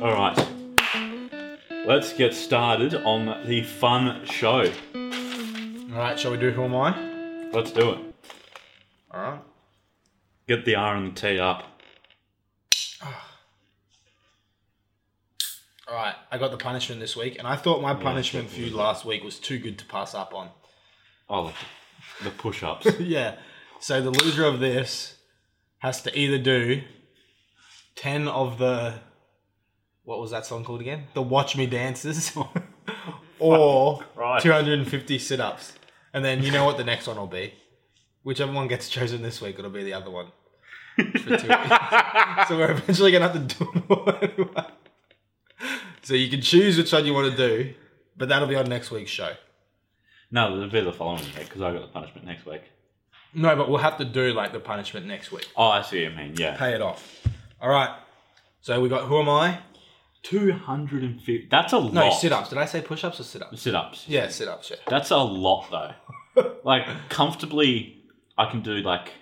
All right. Let's get started on the fun show. All right, shall we do Who Am I? Let's do it. All right. Get the R and the T up. All right, I got the punishment this week, and I thought my punishment for you last week was too good to pass up on. Oh, the push ups. yeah. So the loser of this has to either do 10 of the. What was that song called again? The Watch Me Dances. or Christ. 250 sit ups. And then you know what the next one will be? Whichever one gets chosen this week, it'll be the other one. For two weeks. so we're eventually going to have to do them all anyway. So you can choose which one you want to do, but that'll be on next week's show. no, there'll be the following week because I got the punishment next week. No, but we'll have to do like the punishment next week. Oh, I see what you mean. Yeah. pay it off. All right. So we got who am I? Two hundred and fifty. That's a lot. No, sit ups. Did I say push ups or sit ups? Sit ups. Yeah, sit ups. Yeah. That's a lot though. like comfortably, I can do like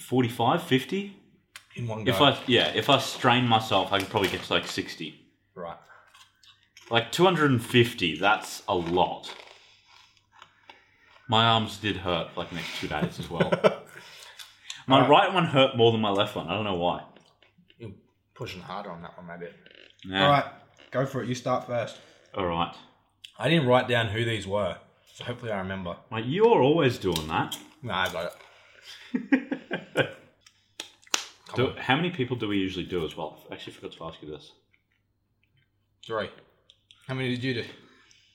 45, 50. In one go. If I yeah, if I strain myself, I could probably get to like sixty. right. Like 250, that's a lot. My arms did hurt for like the next two days as well. my right one hurt more than my left one. I don't know why. You're pushing harder on that one, maybe. Yeah. All right. Go for it. You start first. All right. I didn't write down who these were, so hopefully I remember. Mate, you're always doing that. Nah, I got it. Do, how many people do we usually do as well? I actually forgot to ask you this. Three. How many did you do?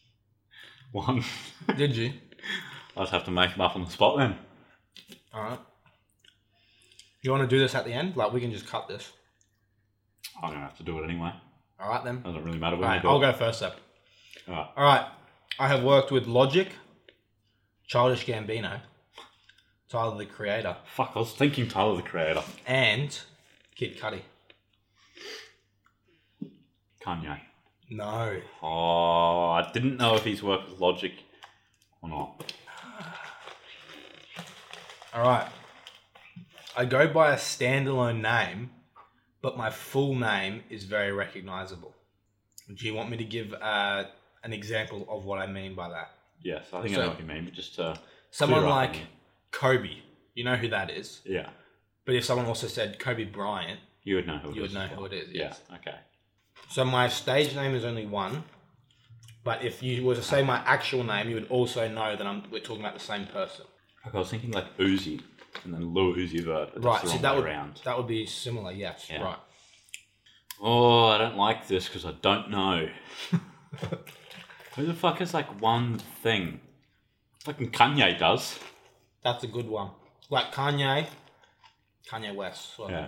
One. Did you? I'll just have to make them up on the spot then. All right. You want to do this at the end? Like we can just cut this. I'm going to have to do it anyway. All right then. Doesn't really matter when All I right, do I'll it. go first then. All right. All right. I have worked with Logic, Childish Gambino, Tyler the Creator, Fuck, I was thinking Tyler the Creator. and Kid Cudi. Kanye. No. Oh, I didn't know if he's worked with Logic or not. All right. I go by a standalone name, but my full name is very recognizable. Do you want me to give uh, an example of what I mean by that? Yes, I think I So- know what you mean, but just uh, Someone Clear up, like yeah. Kobe, you know who that is. yeah, But if someone also said Kobe Bryant, you would know who it you would is know as well. who it is. Yeah, yes. okay. So my stage name is only one, but if you were to say my actual name, you would also know that I'm we're talking about the same person. Like, I was thinking like Uzi and then Lil Uzi Vert, but right. that's the So wrong that way would around. that would be similar. Yes. Yeah. Right. Oh, I don't like this because I don't know. who the fuck is like one thing? Fucking Kanye does. That's a good one. Like Kanye, Kanye West. So Yeah.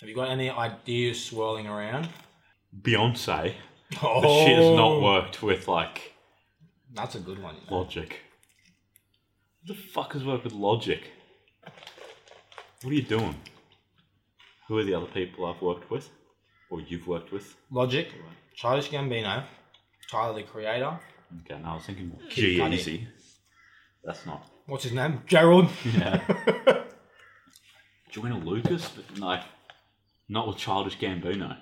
Have you got any ideas swirling around? Beyonce. Oh, But she has not worked with like That's a good one. you know. Logic. Who the fuck has worked with Logic? What are you doing? Who are the other people I've worked with? Or you've worked with? Logic, Childish Gambino, Tyler the Creator. Okay, now I was thinking Kid G Cudi. Easy. That's not. What's his name? Gerald. Joanna Lucas? But no. Not with Childish Gambino.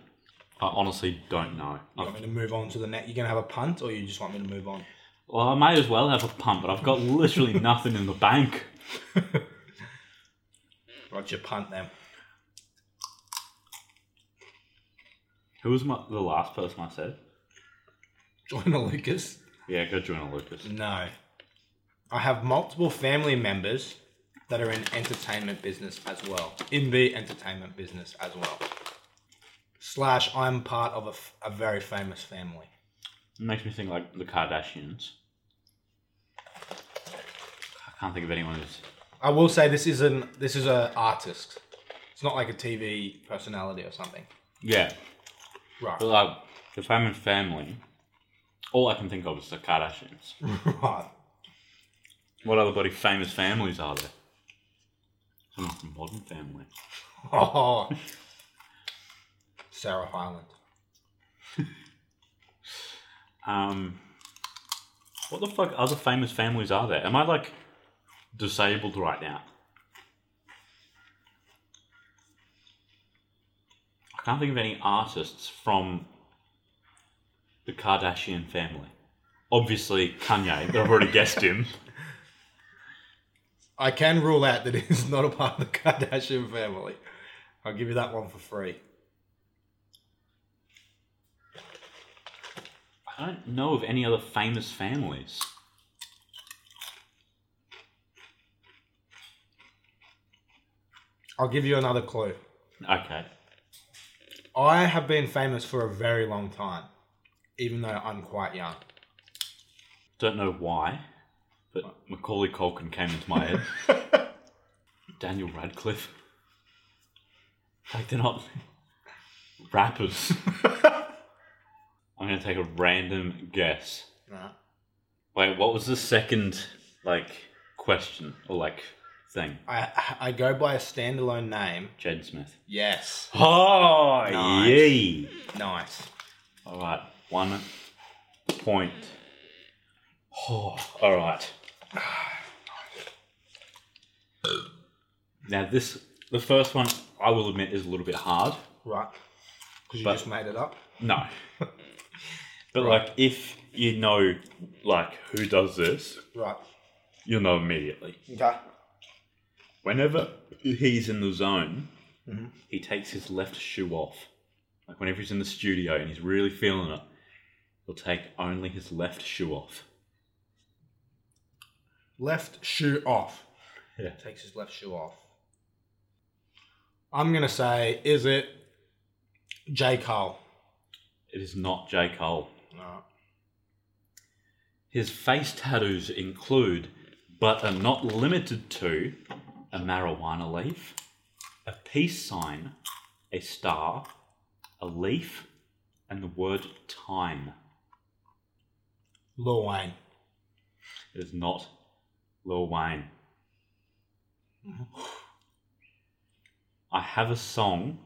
I honestly don't know. You want me to move on to the next? You gonna have a punt, or you just want me to move on? Well, I may as well have a pump, but I've got literally nothing in the bank. Roger, punt them. Who was my, the last person I said? Joanna Lucas. Yeah, go Joanna Lucas. No. I have multiple family members that are in entertainment business as well. In the entertainment business as well. Slash, I'm part of a, f- a very famous family. It makes me think like the Kardashians. I can't think of anyone who's. I will say this is an this is a artist. It's not like a TV personality or something. Yeah, Right. but like if I'm in family, all I can think of is the Kardashians. Right. What other bloody famous families are there? Someone from Modern Family. Oh. Sarah Hyland. Um, what the fuck other famous families are there? Am I like disabled right now? I I can't think of any artists from the Kardashian family. Obviously, Kanye, that I've already guessed him. I can rule out that it's not a part of the Kardashian family. I'll give you that one for free. I don't know of any other famous families. I'll give you another clue. Okay. I have been famous for a very long time, even though I'm quite young. Don't know why, but Macaulay Culkin came into my head. Daniel Radcliffe. Like, they're not rappers. I'm going to take a random guess. Nah. Wait, what was the second, like, question or, like, thing? I I go by a standalone name. Jed Smith. Yes. Oh, Nice. yay. Nice. All right, one point. Oh, all right. Now this, the first one, I will admit, is a little bit hard. Right. Because you But- just made it up. No, but Right. like if you know, like who does this, Right. you'll know immediately. Okay. Whenever he's in the zone, Mhm. he takes his left shoe off. Like whenever he's in the studio and he's really feeling it, he'll take only his left shoe off. Left shoe off. Yeah. Takes his left shoe off. I'm gonna say, is it J Cole? It is not J. Cole. No. His face tattoos include, but are not limited to, a marijuana leaf, a peace sign, a star, a leaf, and the word time. Lil Wayne. It is not Lil Wayne. I have a song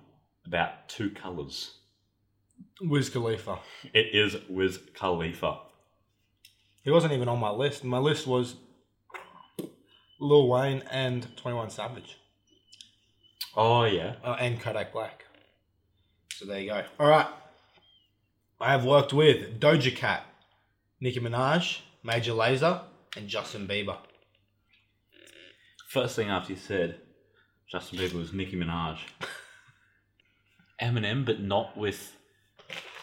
about two colours. Wiz Khalifa. It is Wiz Khalifa. He wasn't even on my list. My list was Lil Wayne and Twenty One Savage Oh, yeah. uh, and Kodak Black. So there you go. All right. I have worked with Doja Cat, Nicki Minaj, Major Lazer, and Justin Bieber. First thing after you said Justin Bieber was Nicki Minaj. Eminem, but not with.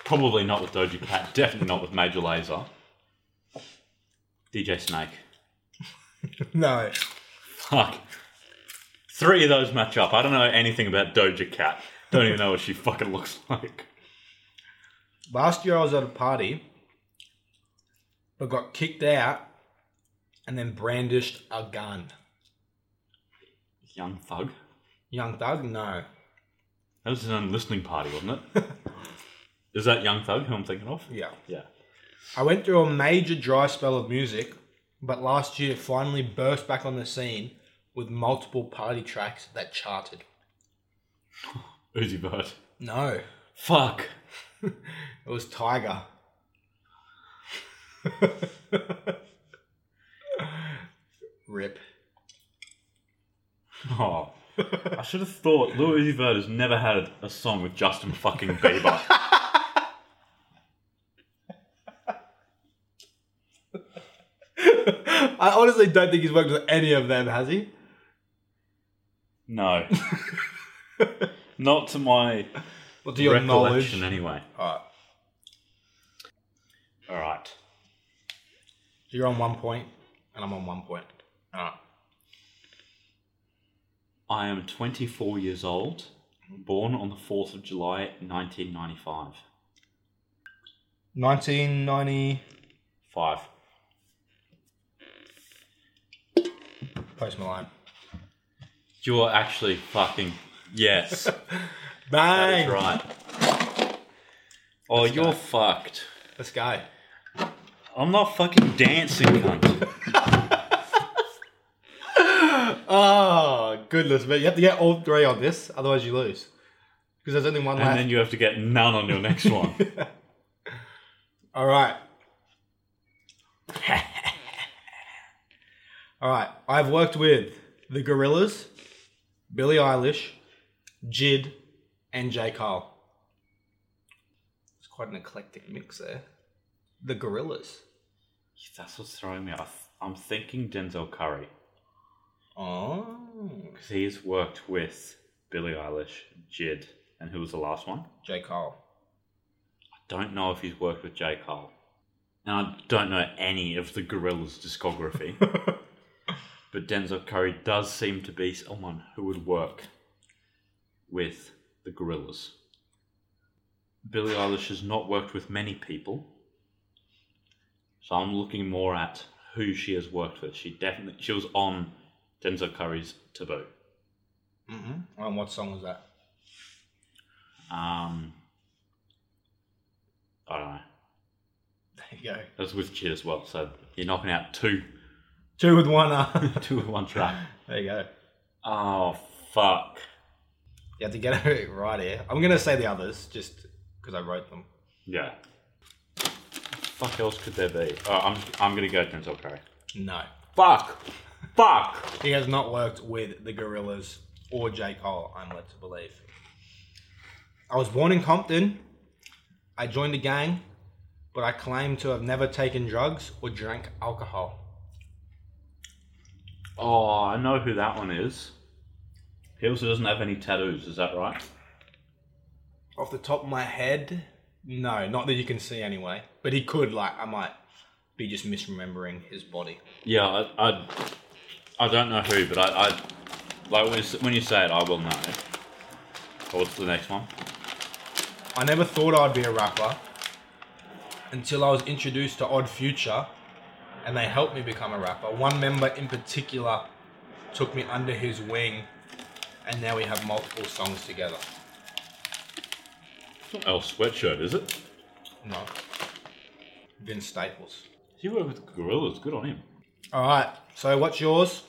Probably not with Doja Cat, definitely not with Major Lazer. DJ Snake. no. Fuck. Three of those match up. I don't know anything about Doja Cat. Don't even know what she fucking looks like. Last year I was at a party, but got kicked out and then brandished a gun. Young Thug. Young Thug? No. That was his own listening party, wasn't it? Is that Young Thug who I'm thinking of? Yeah. Yeah. I went through a major dry spell of music, but last year finally burst back on the scene with multiple party tracks that charted. Uzi Vert. No, Fuck. it was Tiger. Rip. Oh, I should have thought Lil Uzi Vert has never had a song with Justin fucking Bieber. I honestly don't think he's worked with any of them, has he? No, not to my Well, to your recollection, knowledge. anyway. All right. All right, So you're on one point, and I'm on one point. All right. I am 24 years old, born on the 4th of July, 1995. 1990 Five. Post Malone. You're actually fucking yes. Bang! That's right. Oh, you're fucked. Let's go. I'm not fucking dancing, cunt. Oh, goodness me. You have to get all three on this, otherwise you lose. Because there's only one And left. then you have to get none on your next one. all right. all right. I've worked with The Gorillas, Billie Eilish, Jid, and J. Cole. quite an eclectic mix there. The Gorillas. That's what's throwing me off. I'm thinking Denzel Curry Oh. because he's worked with Billie Eilish, Jid, and who was the last one? J. Cole. I don't know if he's worked with J Cole, and I don't know any of the Gorillas' discography. but Denzel Curry does seem to be someone who would work with the Gorillas. Billie Eilish has not worked with many people, so I'm looking more at who she has worked with. She definitely she was on Denzel Curry's Taboo. mm-hmm. And what song was that? Um, I don't know. There you go. That's with Chid as well. So you're knocking out two Two with one. Uh, two with one track. there you go. Oh fuck! You have to get it right here. I'm going to say the others just because I wrote them. Yeah. Fuck else could there be? Oh, I'm I'm gonna go Denzel Curry. No. Fuck. Fuck. He has not worked with the Gorillas or J. Cole, I'm led to believe. I was born in Compton. I joined a gang, but I claim to have never taken drugs or drank alcohol. Oh, I know who that one is. He also doesn't have any tattoos. Is that right? Off the top of my head, no, not that you can see anyway. But he could, like, I might be just misremembering his body. Yeah. I I, I don't know who, but I, I like when you, s- when you say it, I will know. Oh, what's the next one? I never thought I'd be a rapper until I was introduced to Odd Future and they helped me become a rapper. One member in particular took me under his wing and now we have multiple songs together. Oh, sweatshirt. Is it? No. Vince Staples. He worked with gorillas. Good on him. All right, so what's yours?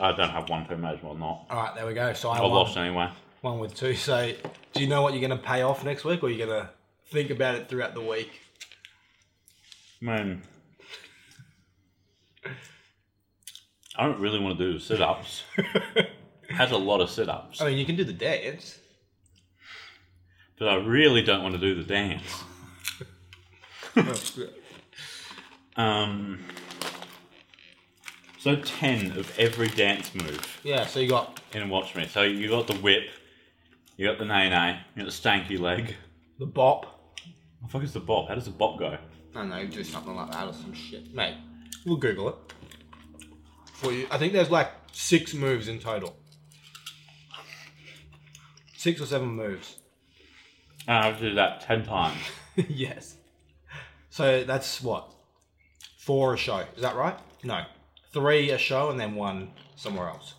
I don't have one to imagine or not. All right, there we go. So I I won, lost anyway. one with two. So do you know what you're going to pay off next week or you're going to think about it throughout the week? Man, I don't really want to do sit ups. Has a lot of sit ups, I mean, you can do the dance. but I really don't want to do the dance. Um, so ten of every dance move yeah, so you got in Watch Me. So you got the whip, you got the nay nay, you got the stanky leg. the bop. What the fuck is the bop? How does the bop go? I don't know, do something like that or some shit. Mate, we'll Google it. For you. I think there's like six moves in total. Six or seven moves. And I have to do Uh, that ten times. yes. So that's what? Four a show. Is that right? No. Three a show and then one somewhere else.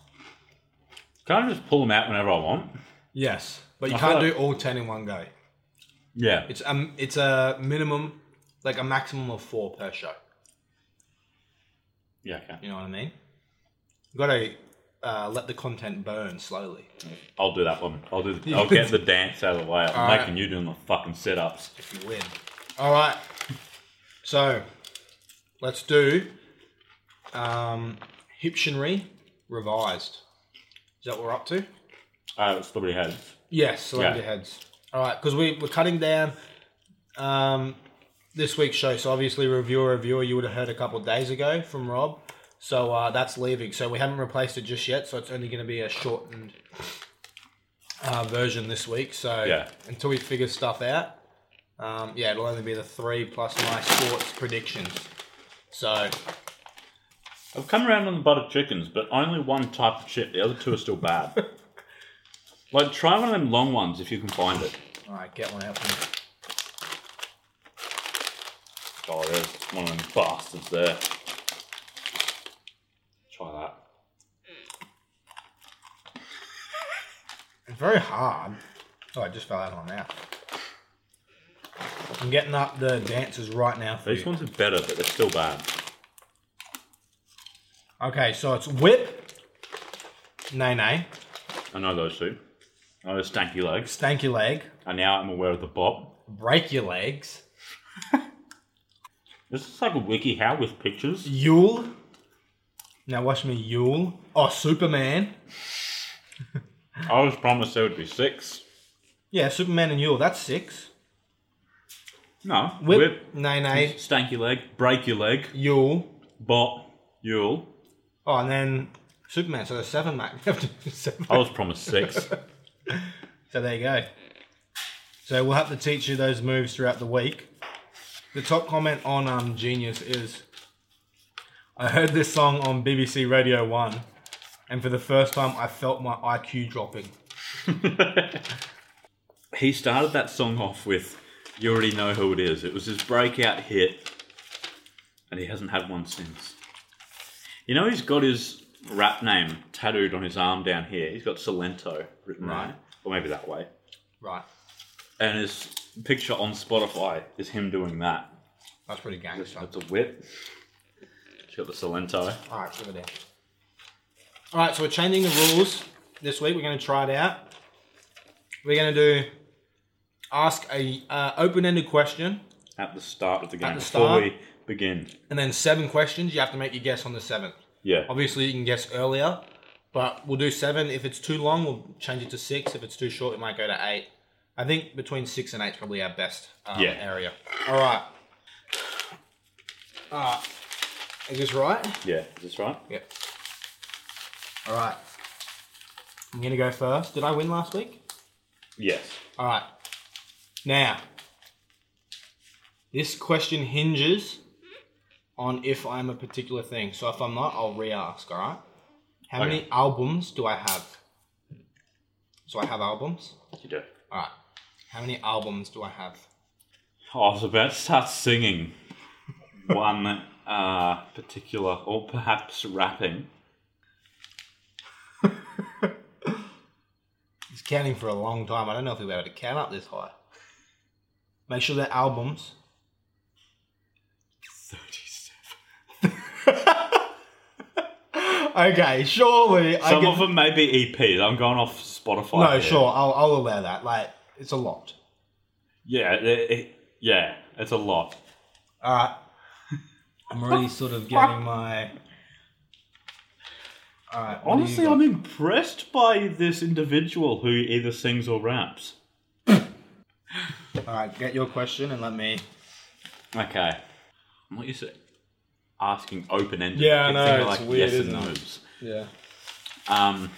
Can I just pull them out whenever I want? Yes. But you I can't thought- do all ten in one go. Yeah. It's um it's a minimum like a maximum of four per show. Yeah. Okay. You know what I mean? You gotta uh, let the content burn slowly. I'll do that one. I'll do. The, I'll get the dance out of the way. I'm All right. making you doing the fucking sit ups. if you win. All right. So let's do um, Hiptionary Revised. Is that what we're up to? Uh, it's three heads. Yes, celebrity Yeah. heads. All right, because we, we're cutting down um, this week's show. So obviously, reviewer, reviewer, you would have heard a couple of days ago from Rob. So uh, that's leaving. So we haven't replaced it just yet. So it's only going to be a shortened uh, version this week. So Yeah. until we figure stuff out, um, yeah, it'll only be the three plus my sports predictions. So I've come around on the buttered chickens, but only one type of chip. The other two are still bad. like try one of them long ones if you can find it. all right, get one out. For me. Oh, there's one of them bastards there. Try that. It's very hard. Oh, I just fell out on that. I'm getting up the dances right now for These you. ones are better, but they're still bad. Okay, so it's whip, nay nay, I know those two. I know the stanky legs, stank your leg, and now I'm aware of the bob. break your legs, This is like a wiki how with pictures. Yule. Now watch me Yule. Oh, Superman. I was promised there would be six. Yeah, Superman and Yule. That's six. No. Whip, Whip. nay nay, Stank your leg. Break your leg. Yule. Bot. You'll. Oh, and then Superman. So there's seven, Mac. Seven. I was promised six. So there you go. So we'll have to teach you those moves throughout the week. The top comment on um, Genius is I heard this song on BBC Radio 1, and for the first time, I felt my IQ dropping. he started that song off with You Already Know Who It Is. It was his breakout hit, and he hasn't had one since. You know, he's got his rap name tattooed on his arm down here. He's got Salento written right, or maybe that way. Right. And his picture on Spotify is him doing that. That's pretty gangster. That's a whip. He's got the Salento. All right, give it down. All right, so we're changing the rules this week. We're going to try it out. We're going to do ask a uh, open-ended question at the start of the game the before start. we begin. and then seven questions. You have to make your guess on the seventh. Yeah. Obviously, you can guess earlier, but we'll do seven. If it's too long, we'll change it to six. If it's too short, it might go to eight. I think between six and eight is probably our best um, Yeah. area. All right. Uh, is this right? Yeah. Is this right? Yep. All right. I'm going to go first. Did I win last week? Yes. All right. Now, this question hinges on if I'm a particular thing. So if I'm not, I'll re-ask. All right. How Okay. many albums do I have? So I have albums. You do. All right. How many albums do I have? Oh, I was about to start singing one uh, particular, or perhaps rapping. He's counting for a long time. I don't know if he'll be able to count up this high. Make sure they're albums. 37. Okay, surely I Some can. of them may be EPs. I'm going off Spotify. no, here. sure, I'll, I'll allow that. Like, it's a lot. Yeah, it, it- yeah, it's a lot. All right. I'm already sort of getting my. All right. what do you Honestly, got? I'm impressed by this individual who either sings or raps. All right. Get your question and let me. Okay. What you say? Asking open ended. Yeah, I know, it's weird, yes and isn't it? no's. Yeah. Um,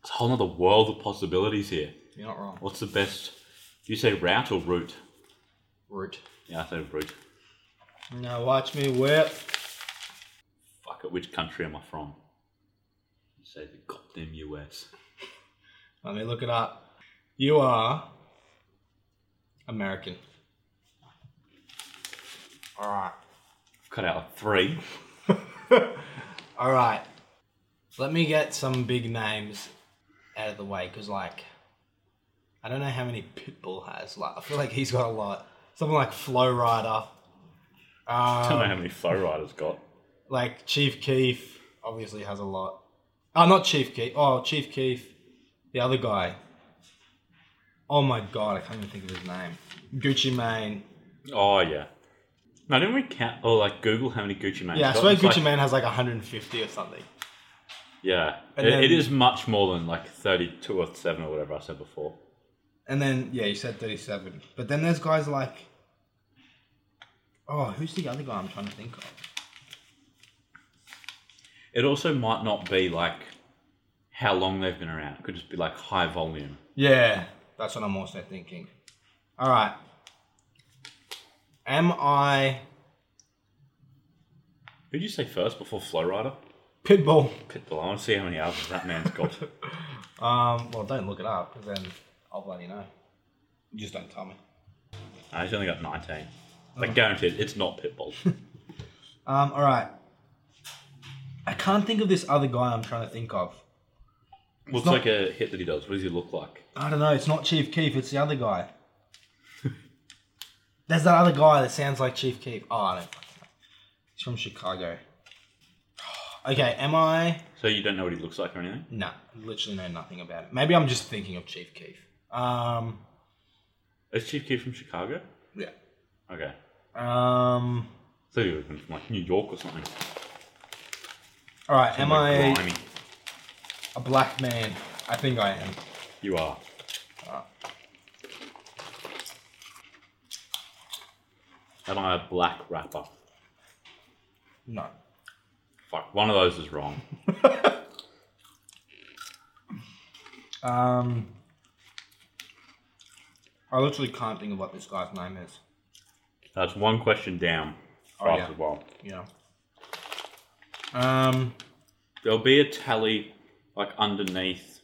it's a whole other world of possibilities here. You're not wrong. What's the best? Do you say route or route? Root. Yeah, I say route. Now watch me whip. Fuck it, which country am I from? You say the goddamn US. Let me look it up. You are American. All right. I've cut out like three. All right. Let me get some big names out of the way because, like, I don't know how many Pitbull has. Like, I feel like he's got a lot. Something like Flow Rider, I don't know how many flow riders got. like Chief Keef, obviously has a lot. Oh, not Chief Keef. Oh, Chief Keef, the other guy. Oh my god, I can't even think of his name. Gucci Mane. Oh, yeah. No, didn't we count or like Google how many Gucci Mane's Yeah, I got? swear It's Gucci like- Mane has like 150 or something. Yeah. It, And then- it is much more than like 32 or 7 or whatever I said before. And then yeah, you said thirty seven. But then there's guys like Oh, who's the other guy I'm trying to think of? It also might not be like how long they've been around. It could just be like high volume. Yeah. That's what I'm also thinking. Alright. Am I Who'd you say first before Flow Rider? Pitbull? Pitbull. I want to see how many albums that man's got. Um well don't look it up because then I'll bloody know. You just don't tell me. No, he's only got 19. Oh. Like, guaranteed, it's not Pitbull. Um, alright. I can't think of this other guy I'm trying to think of. Looks not- like a hit that he does. What does he look like? I don't know, it's not Chief Keef, it's the other guy. There's that other guy that sounds like Chief Keef. Oh, I don't fucking know. He's from Chicago. Okay, am I? So you don't know what he looks like or anything? No, literally know nothing about it. Maybe I'm just thinking of Chief Keef. Um, Is Chief Keef from Chicago? yeah. Okay. Um, So he would have been from like New York or something. all right, am I Grimy. a black man? I think I am. You are. Am I a black rapper? No. Fuck, one of those is wrong. Um, I literally can't think of what this guy's name is. That's one question down Oh, after yeah. a while. Yeah. Um. There'll be a tally like underneath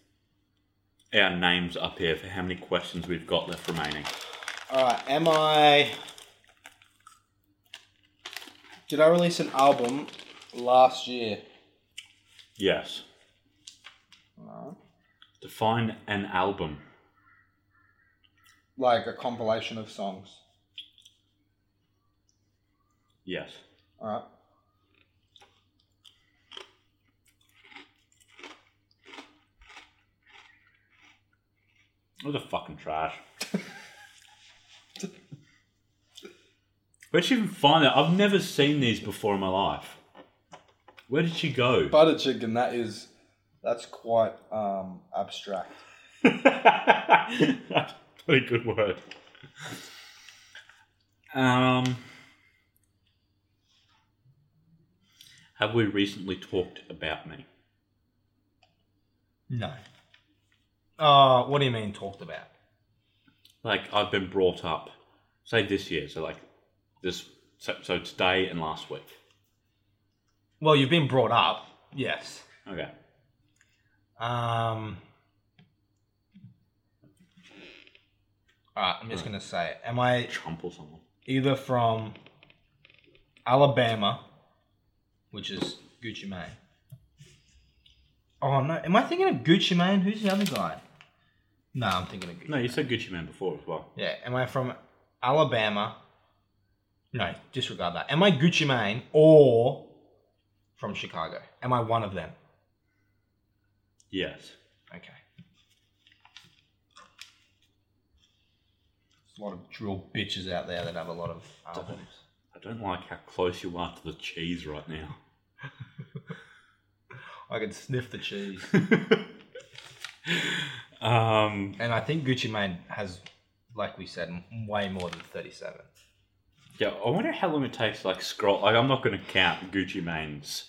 our names up here for how many questions we've got left remaining. All right. Am I? Did I release an album last year? Yes. Define an album. Like a compilation of songs. Yes. All right. It was a fucking trash. Where'd she even find that? I've never seen these before in my life. Where did she go? Butter chicken. That is. That's quite um, abstract. That's a pretty good word. Um, have we recently talked about me? No. Uh, what do you mean talked about? Like I've been brought up, say this year, so like this, so, so today and last week. Well, you've been brought up. Yes. Okay. Um. All right, I'm just gonna say, it. am I Trump or someone. either from Alabama, which is Gucci Mane? Oh no, am I thinking of Gucci Mane? Who's the other guy? No, I'm thinking of Gucci. No, you said Gucci Man before as well. Yeah, am I from Alabama? No, disregard that. Am I Gucci Mane or from Chicago? Am I one of them? Yes. Okay. There's a lot of drill bitches out there that have a lot of um, albums. I don't like how close you are to the cheese right now. I can sniff the cheese. Um, and I think Gucci Mane has, like we said, m- way more than 37. yeah, I wonder how long it takes. to, Like scroll. Like I'm not going to count Gucci Mane's.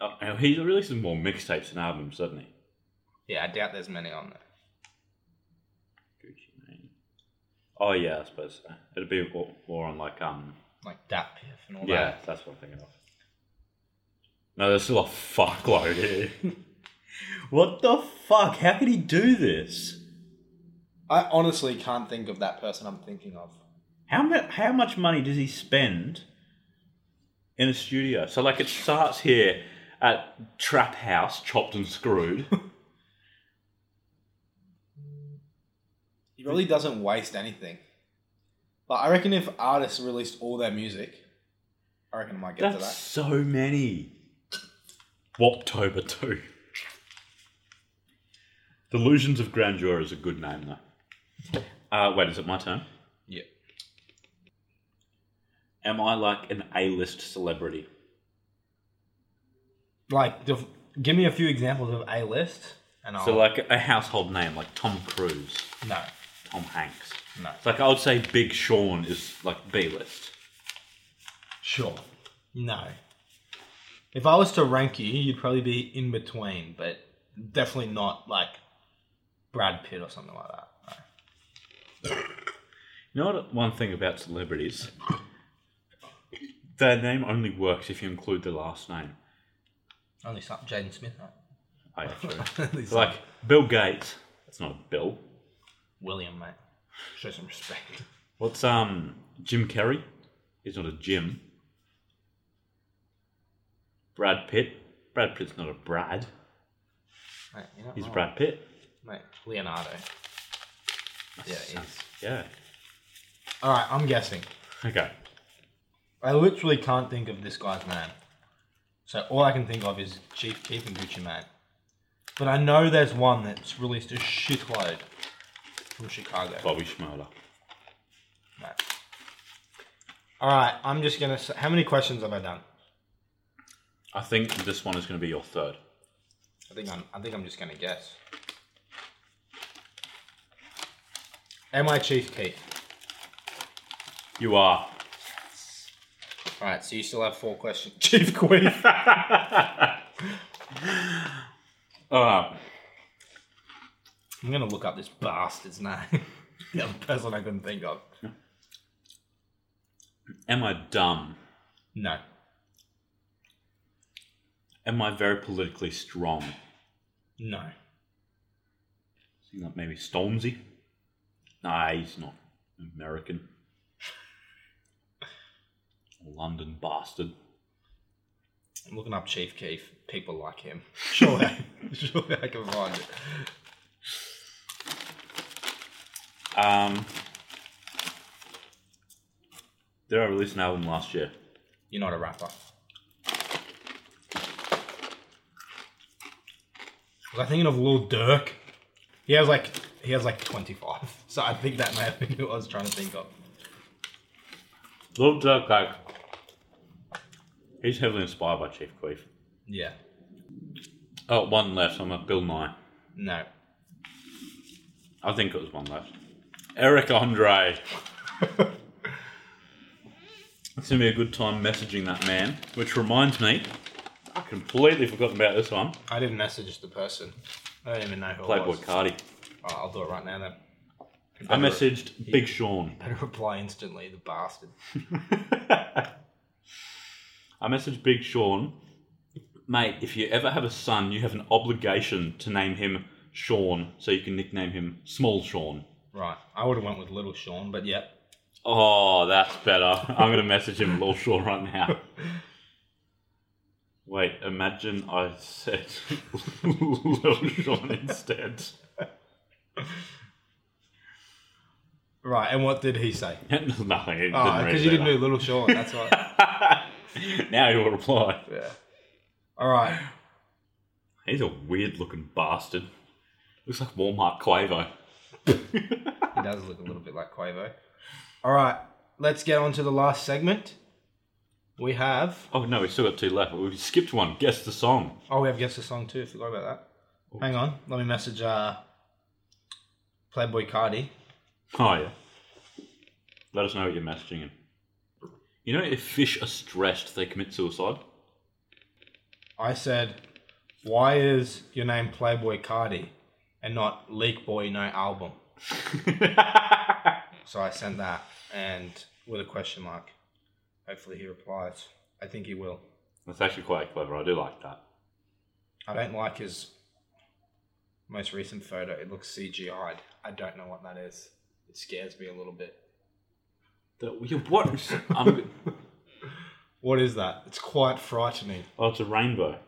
Uh, he releases more mixtapes than albums, doesn't he? Yeah, I doubt there's many on there. Gucci Mane. Oh yeah, I suppose so. it'd be more- more on like um. Like Dat Piff and all Yeah, that's what I'm thinking of. No, there's still a fuckload here. what the fuck? How could he do this? that. I honestly can't think of that person I'm thinking of. How much? How much money does he spend in a studio? So like, it starts here at Trap House, chopped and screwed. He really doesn't waste anything. Like, I reckon if artists released all their music, I reckon I might get That's so many. Waptober two. Delusions of Grandeur is a good name though. Uh, wait, is it my turn? Yeah. Am I like an A-list celebrity? Like, def- give me a few examples of A list, and I'll. So like a household name, like Tom Cruise, no, Tom Hanks. no. It's like I would say Big Sean is like B-list. Sure. No. If I was to rank you, you'd probably be in between, but definitely not like Brad Pitt or something like that. No. You know what? One thing about celebrities, their name only works if you include the last name. Only something Jaden Smith. No. Oh, yeah, true. Only It's some- like Bill Gates. That's not a Bill. William, mate. Show some respect. What's um Jim Carrey? He's not a Jim. Brad Pitt. Brad Pitt's not a Brad. Mate, you He's Brad Pitt. Mate, Leonardo. Yeah, he is. Yeah. All right, I'm guessing. Okay. I literally can't think of this guy's name. So all I can think of is Chief Keef and Gucci Mane. But I know there's one that's released a shitload from Chicago. Bobby Schmoller. No. All right, I'm just gonna. s how many questions have I done? I think this one is going to be your third. I think I'm. I think I'm just gonna guess. Am I Chief Keith? You are. All right, so you still have four questions. Chief Queef. Uh, I'm gonna look up this bastard's name. the other person I couldn't think of. am I dumb? No. Am I very politically strong? No. Think that maybe Stormzy? Nah, he's not American. London bastard. I'm looking up Chief Keef. People like him. Surely, surely I can find it. Um, did I release an album last year? You're not a rapper. 'Cause I'm thinking of Lil Durk. He has like he has like 25. So I think that may have been who I was trying to think of. Lil Durk, like, he's heavily inspired by Chief Queef. Yeah. Oh, one left. I'm at Bill Nye. No. I think it was one left. Eric Andre. it's gonna be a good time messaging that man. Which reminds me, I completely forgotten about this one. I didn't message the person. I don't even know who it Playboy was. Cardi. Oh, I'll do it right now then. You I better- messaged Big Sean. Better reply instantly, the bastard. I messaged Big Sean, mate. If you ever have a son, you have an obligation to name him Sean, so you can nickname him Small Sean. Right. I would have went with Little Sean, but yeah. Oh, that's better. I'm going to message him Lil Shaw right now. Wait, imagine I said Lil Sean instead. Right, and what did he say? Nothing. it Oh, didn't because really you didn't matter. do Little Sean, that's why. Now he'll reply. yeah. All right. He's a weird looking bastard. Looks like Walmart Quavo. He does look a little bit like Quavo. All right, let's get on to the last segment. We have. Oh no, we still got two left. We skipped one. Guess the song. Oh, we have Guess the Song too. Forgot about that. Hang on. Let me message uh, Playboy Cardi. Oh yeah. Let us know what you're messaging him. You know, if fish are stressed, they commit suicide. I said, Why is your name Playboy Cardi and not Leak Boy No Album? So I sent that and with a question mark. Hopefully he replies. I think he will. That's actually quite clever. I do like that. I don't like his most recent photo. It looks CGI'd. I don't know what that is. It scares me a little bit. That you what? I'm, What is that? It's quite frightening. oh, it's a rainbow.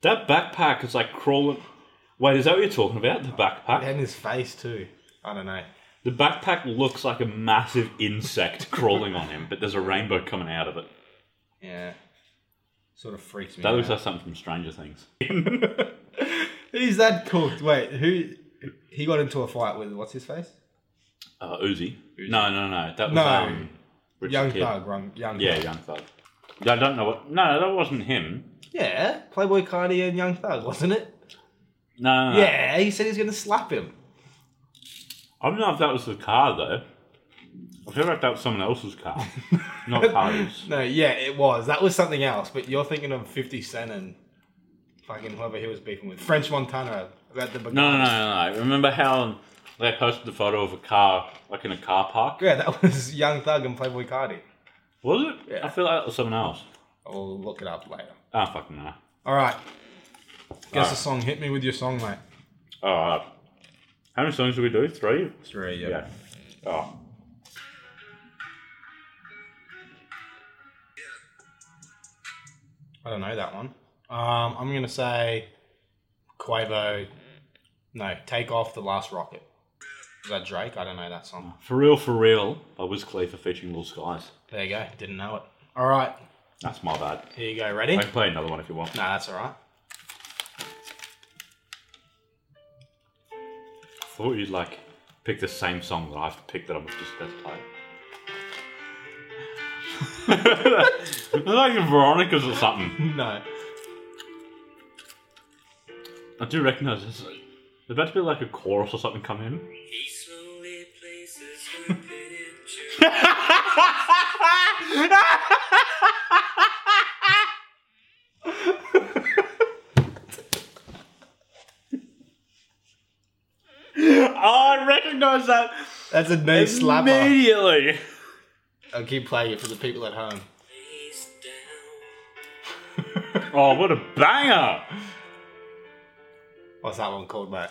That backpack is like crawling. Wait, is that what you're talking about? The backpack. And his face too. I don't know. The backpack looks like a massive insect crawling on him, but there's a rainbow coming out of it. Yeah. Sort of freaks me That looks out. like something from Stranger Things. Who's that cooked? Wait, who he got into a fight with what's his face? Uh, Uzi. No, no, no. That was No. um, Richard Young Kidd. Thug, wrong, young Yeah, Thug. Young Thug. I don't know what. No, that wasn't him. Yeah, Playboy Cardi and Young Thug, wasn't it? No, no, no. Yeah, he said he's gonna slap him. I don't know if that was the car though. I feel like that was someone else's car, not Cardi's. No, yeah, it was. That was something else, but you're thinking of 50 Cent and fucking whoever he was beefing with. French Montana about the No, no, no, no, no. Remember how they posted the photo of a car, like in a car park? Yeah, that was Young Thug and Playboy Cardi. Was it? Yeah. I feel like that was someone else. I'll look it up later. Ah, oh, fucking no. All right. Guess All the right. song. Hit me with your song, mate. Alright. How many songs do we do? Three? Three, Yeah. Oh. I don't know that one. Um, I'm going to say Quavo. No, Take Off the Last Rocket. Is that Drake? I don't know that song. For Real For Real by Wiz Khalifa featuring Lil Skies. There you go. Didn't know it. All right. That's my bad. Here you go. Ready? I No, can play another one if you want. that's all right. I thought you'd like pick the same song that I've picked that I'm just about to play. It's like Veronica's or something. No. I do recognise this. There's about to be like a chorus or something come in. He slowly places her penitent I Oh, recognize that That's a nice slapper. immediately. I'll keep playing it for the people at home. Oh, what a banger! What's that one called, mate?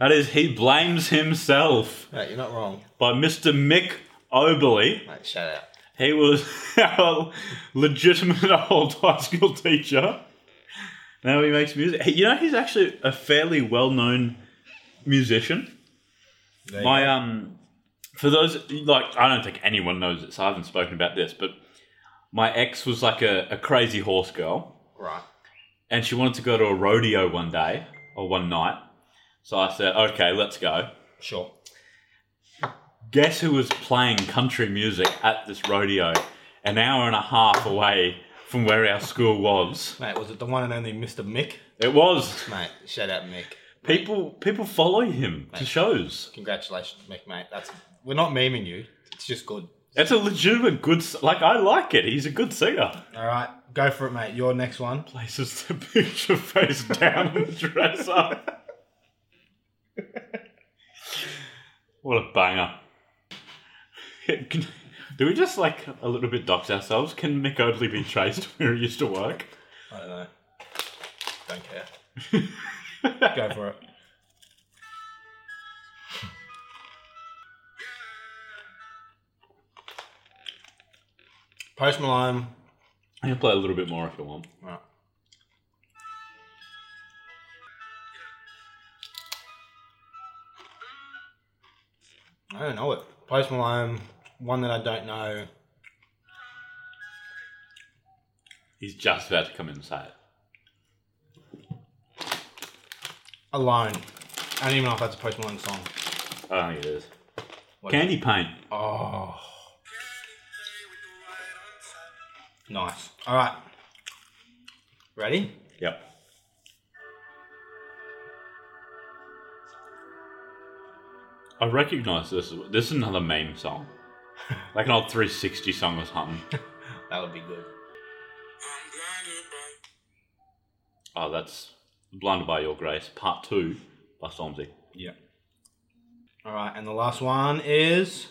That is He Blames Himself Mate, you're not wrong. by Mr. Mick Oberly. Mate, shout out. He was a legitimate old high school teacher. Now he makes music. Hey, You know, he's actually a fairly well known musician. There you My, um, for those, like, I don't think anyone knows this. I haven't spoken about this, but my ex was like a, a crazy horse girl. go. Right. and she wanted to go to a rodeo one day or one night. So I said, okay, let's go. Sure. Guess who was playing country music at this rodeo an hour and a half away from where our school was? Mate, was it the one and only Mr. Mick? It was. Mate, shout out Mick. People people follow him to shows. Congratulations, Mick, mate. That's we're not memeing you. It's just good. It's a legitimate good, s- like, I like it. He's a good singer. All right, go for it, mate. Your next one. Places the picture face down in the dresser. what a banger. Can- do we just like a little bit dox ourselves? Can Mick Oatley be traced where he used to work? I don't know. Don't care. go for it. Post Malone. I can play a little bit more if you want. Right. I don't know it. Post Malone, one that I don't know. He's just about to come in and say it. Alone. I don't even know if that's a Post Malone song. I don't think Oh, it is. What is Candy Paint. Oh. Nice. All right. Ready? Yep. I recognise this. This is another meme song, like an old 360 song or something. That would be good. Oh, that's "Blinded by Your Grace" Part Two by Stormzy. Yeah. All right, and the last one is.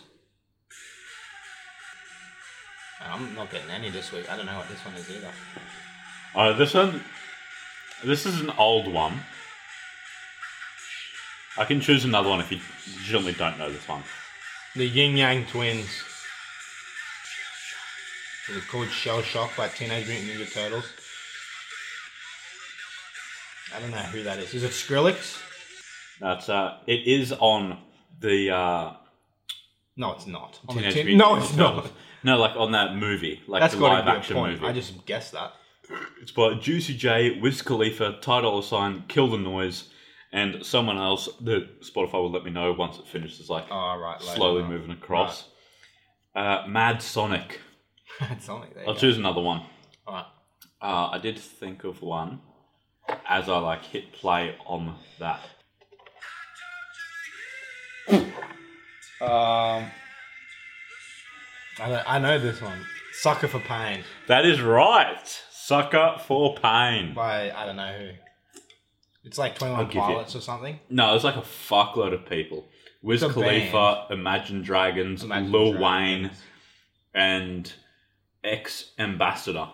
I'm not getting any this week. I don't know what this one is either. Oh, this one. This is an old one. I can choose another one if you generally don't know this one. The Yin Yang Twins. It was called Shell Shock by Teenage Mutant Ninja Turtles. I don't know who that is. Is it Skrillex? That's uh, it is on the uh, No, it's not. On the Teenage tin- Mutant no, Ninja it's not. Turtles. No, like on that movie, like That's the got to live be a action point. movie. I just guessed that. It's by Juicy J, Wiz Khalifa, Ty Dolla Sign, Kill the Noise, and someone else that Spotify will let me know once it finishes, like All right, later slowly on. moving across. Uh, Mad Sonic. it's on it. There you I'll go. choose another one. All right. Uh, I did think of one as I like hit play on that. Um, I, don't, I know this one. Sucker for Pain That is right. Sucker for pain. by I don't know who. It's like Twenty I'll One give you- Pilots or something. No, it was like a fuckload of people. Wiz It's a Khalifa, Imagine Dragons, Imagine Lil Dragons. Wayne, and ex ambassador.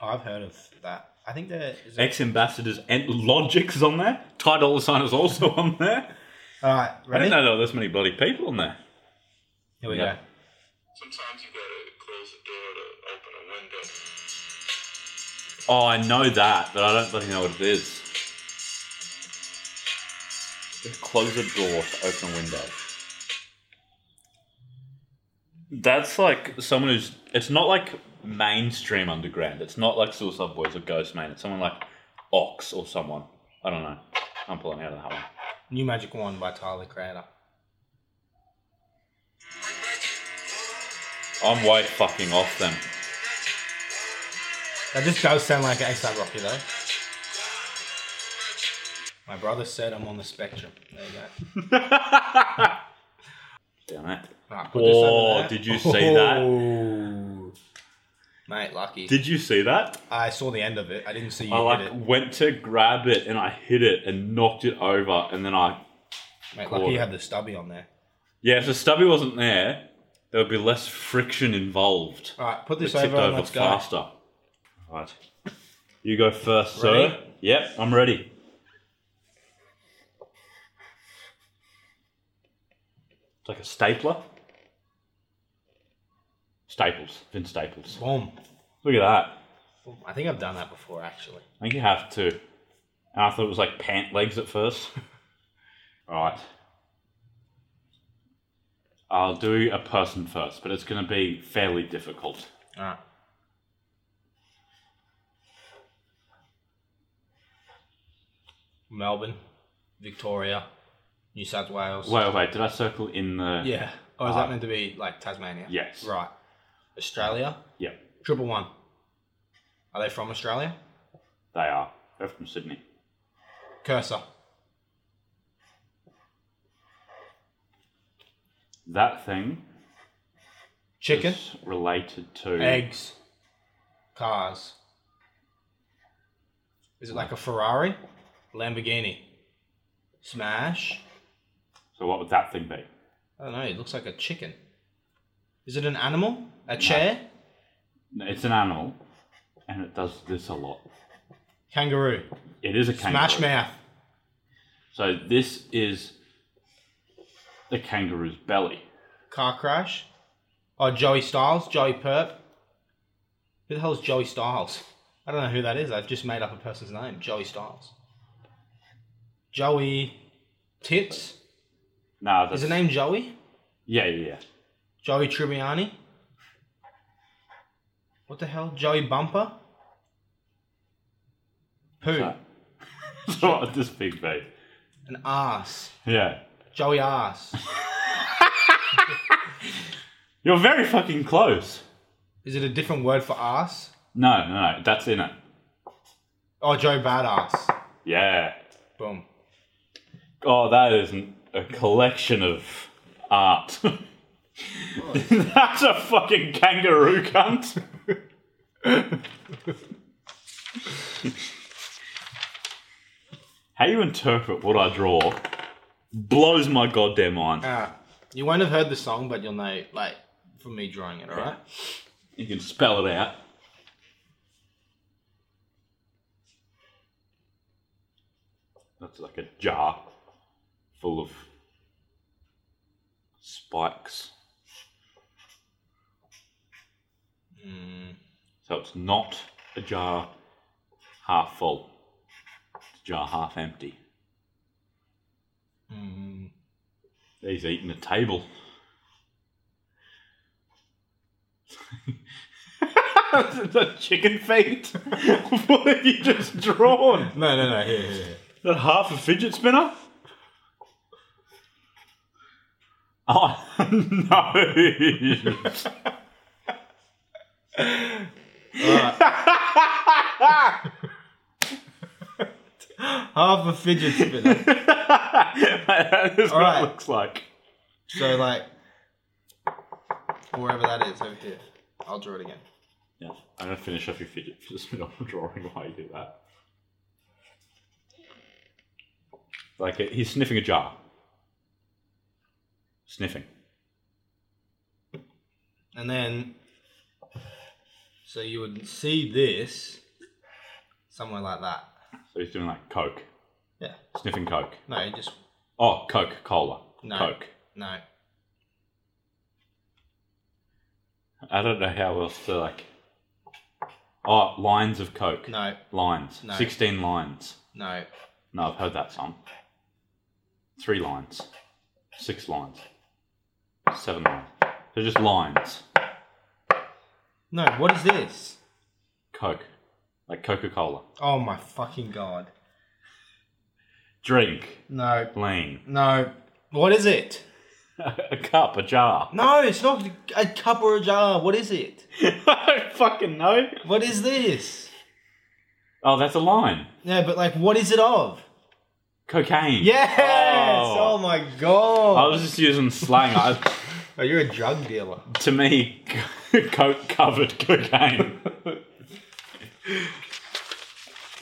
Oh, I've heard of that. I think that is. It... Ex ambassadors and Logic's on there. Ty Dolla Sign is also on there. All right, I ready? didn't know there were this many bloody people on there. Here we Yeah. go. Sometimes you gotta close the door to open a Oh, I window. know that, but I don't bloody know what it is. Just close a door to open a window. That's like someone who's. It's not like mainstream underground. It's not like Suicide Boys or Ghost Man. It's someone like Ox or someone. I don't know. I'm pulling out of that one. New Magic Wand by Tyler the Creator. I'm way fucking off them. That just does sound like ASAP Rocky though. My brother said I'm on the spectrum. There you go. Damn it. Right, put this Oh, over there. did you see that? Oh. Mate, lucky. Did you see that? I saw the end of it. I didn't see you I hit like it. went to grab it and I hit it and knocked it over and then I Mate, Quarter. lucky you had the stubby on there. Yeah, if the stubby wasn't there, there would be less friction involved. All right, put It this tipped over and over let's go. faster. Right. You go first, sir. Ready? Yep, I'm ready. It's like a stapler. Staples. Vin Staples. Boom. Look at that. Boom. I think I've done that before, actually. I think you have to. And I thought it was like pant legs at first. Alright. I'll do a person first, but it's going to be fairly difficult. All right. Melbourne, Victoria, New South Wales. Wait, wait, did I circle in the. Yeah. Or is Uh, that meant to be like Tasmania? Yes. Right. Australia, Yep, triple one. Are they from Australia? they are. They're from Sydney. Cursor. That thing Chicken. is related to. Eggs. Cars. Is it like a Ferrari? Lamborghini. Smash. So, what would that thing be? I don't know, it looks like a chicken. Is it an animal? A chair? No, It's an animal, and it does this a lot. Kangaroo. It is a kangaroo. Smash mouth. So, this is the kangaroo's belly. Car crash. Oh, Joey Styles. Joey Perp. Who the hell's Joey Styles? I don't know who that is. I've just made up a person's name. Joey Styles. Joey Tits. No, that's. Is the name Joey? Yeah, yeah, yeah. Joey Tribbiani. What the hell? Joey Bumper? Poo. So, so what would this thing be? An ass. Yeah. Joey ass. You're very fucking close. Is it a different word for ass? No, no, no. That's in it. Oh, Joe Badass. Yeah. Boom. Oh, that isn't a collection of art. That's a fucking kangaroo cunt. How you interpret what I draw blows my goddamn mind. Ah, you won't have heard the song, but you'll know, like, from me drawing it, alright? You can spell it out. That's like a jar full of spikes. Mm, So it's not a jar half full, it's a jar half empty. Mm. He's eating a table. the chicken feet? what have you just drawn? No, no, no, here, here, here. That half a fidget spinner? Oh no! Half a fidget spinner. that is what Alright. it looks like. so, like, wherever that is, over here. I'll draw it again. Yeah, I'm gonna finish off your fidget spinner drawing while you do that. Like he's sniffing a jar. Sniffing. And then, so you would see this somewhere like that. So he's doing like Coke. Yeah. Sniffing Coke. No, just, Oh, Coke Cola. No. Coke. no. I don't know how else to like. Oh, lines of Coke. No, Lines. No. Sixteen lines. no. No, I've heard that song. Three lines. Six lines. Seven lines. They're just lines. No, what is this? Coke. Like Coca Cola. Oh my fucking god. Drink. No, Lean. no. What is it? a cup, a jar. No, it's not a cup or a jar. What is it? I don't fucking know. What is this? Oh, that's a line. No, but like, what is it of? Cocaine. Yes! Oh, Oh. my I god. was just using slang. I, Oh, you're a drug dealer. to me, coke covered cocaine.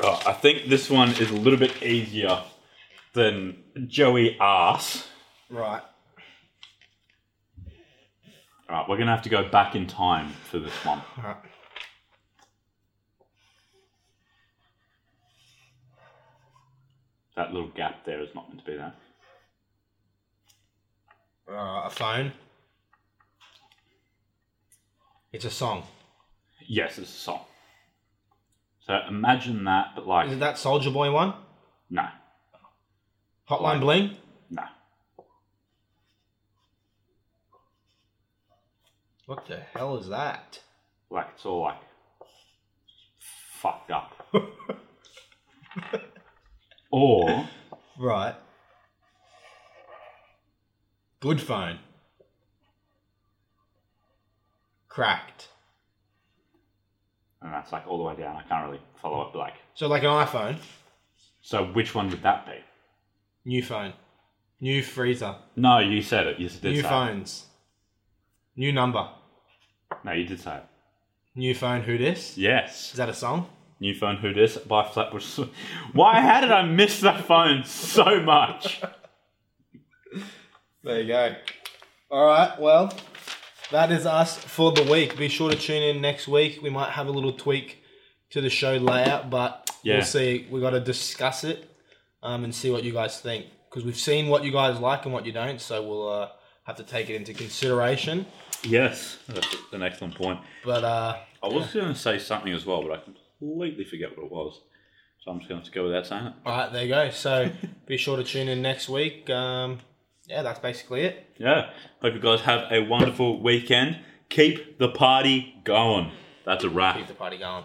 oh, I think this one is a little bit easier than Joey Ass. Right. All right, we're gonna have to go back in time for this one. All right. That little gap there is not meant to be there. Uh, a phone. It's a song. Yes, it's a song. So imagine that, but like, Is it that Soldier Boy one? no, Hotline Bling. no. What the hell is that? Like it's all like fucked up. or Right. Good phone. Cracked. and that's like all the way down. I can't really follow up. Like, So like an iPhone, so which one would that be? new phone, new freezer, No, you said it. You did new say phones, new number, It. No, you did say it. new phone. Who this? Yes. Is that a song? New phone who dis by Flatbush. Sw- Why? How did I miss that phone so much? There you go. All right. Well, that is us for the week. Be sure to tune in next week. We might have a little tweak to the show layout, but Yeah. we'll see. We got to discuss it um, and see what you guys think because we've seen what you guys like and what you don't. So we'll uh, have to take it into consideration. Yes, that's an excellent point. But uh, I was going to say something as well, but I completely forget what it was. So I'm just going to have to go without saying it. all right, there you go. So be sure to tune in next week. Um, yeah, that's basically it. Yeah. Hope you guys have a wonderful weekend. Keep the party going. That's a wrap. Keep the party going.